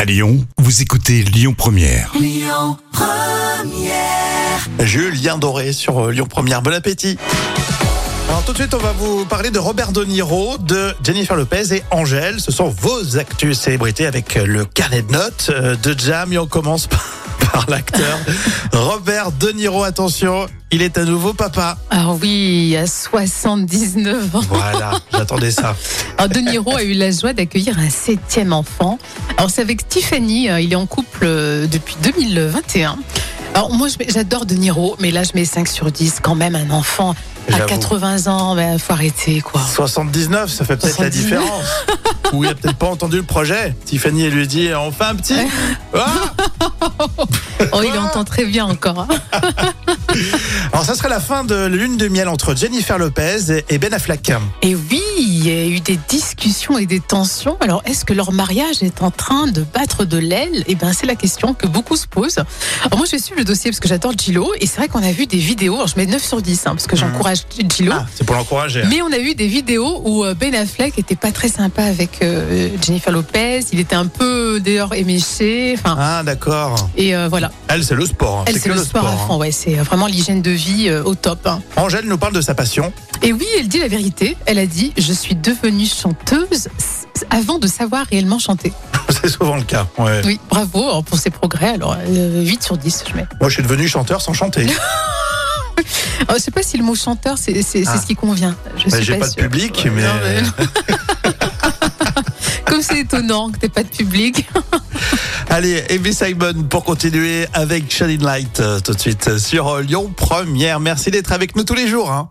À Lyon, vous écoutez Lyon Première. Julien Doré sur euh, Lyon Première. Bon appétit. Alors tout de suite, on va vous parler de Robert De Niro, de Jennifer Lopez et Angèle. Ce sont vos actus célébrités avec euh, le carnet de notes euh, de Jam. Et on commence par, par l'acteur Robert De Niro. Attention, il est à nouveau papa. Ah oui, à 79 ans. Voilà, j'attendais ça. Alors, De Niro a eu la joie d'accueillir un septième enfant. Alors, c'est avec Tiffany. euh, Il est en couple euh, depuis 2021. Alors, moi, je mets- j'adore De Niro, mais là, je mets 5 sur 10 quand même. Un enfant à J'avoue. 80 ans, ben, faut arrêter, quoi. 79, ça fait peut-être la 79. différence. Ou il a peut-être pas entendu le projet. Tiffany elle lui dit enfin un petit. Ah Oh, il entend très bien encore. hein. Alors ça serait la fin de lune de miel entre Jennifer Lopez et Ben Affleck. Et oui, il y a eu des discussions et des tensions. Alors, est-ce que leur mariage est en train de battre de l'aile Eh bien, c'est la question que beaucoup se posent. Alors, moi, je suis le dossier parce que j'adore Gilo. Et c'est vrai qu'on a vu des vidéos. Alors, je mets 9 sur 10 hein, parce que j'encourage Gilo. Ah, c'est pour l'encourager. Mais on a eu des vidéos où euh, Ben Affleck était pas très sympa avec euh, Jennifer Lopez. Il était un peu d'ailleurs éméché. Enfin, Ah d'accord. et euh, voilà. Elle c'est le sport. hein. Elle, c'est que le sport à hein. fond. Ouais, c'est vraiment l'hygiène de vie euh, au top. hein. Angèle nous parle de sa passion. Et oui, elle dit la vérité. Elle a dit Je suis devenue chanteuse s- avant de savoir réellement chanter. c'est souvent le cas. ouais. Oui, bravo alors, pour ses progrès. Alors, euh, 8 sur 10, je mets. Moi je suis devenu chanteur sans chanter. Alors, Euh, je sais pas si le mot chanteur, c'est c'est- c'est Ah. ce qui convient. Je Bah, suis J'ai pas, pas de sûre. public, mais. Non, mais- Comme c'est étonnant que t'aies pas de public. Allez, Amy Simon pour continuer avec Shining Light euh, tout de suite euh, sur euh, Lyon Première. Merci d'être avec nous tous les jours. hein.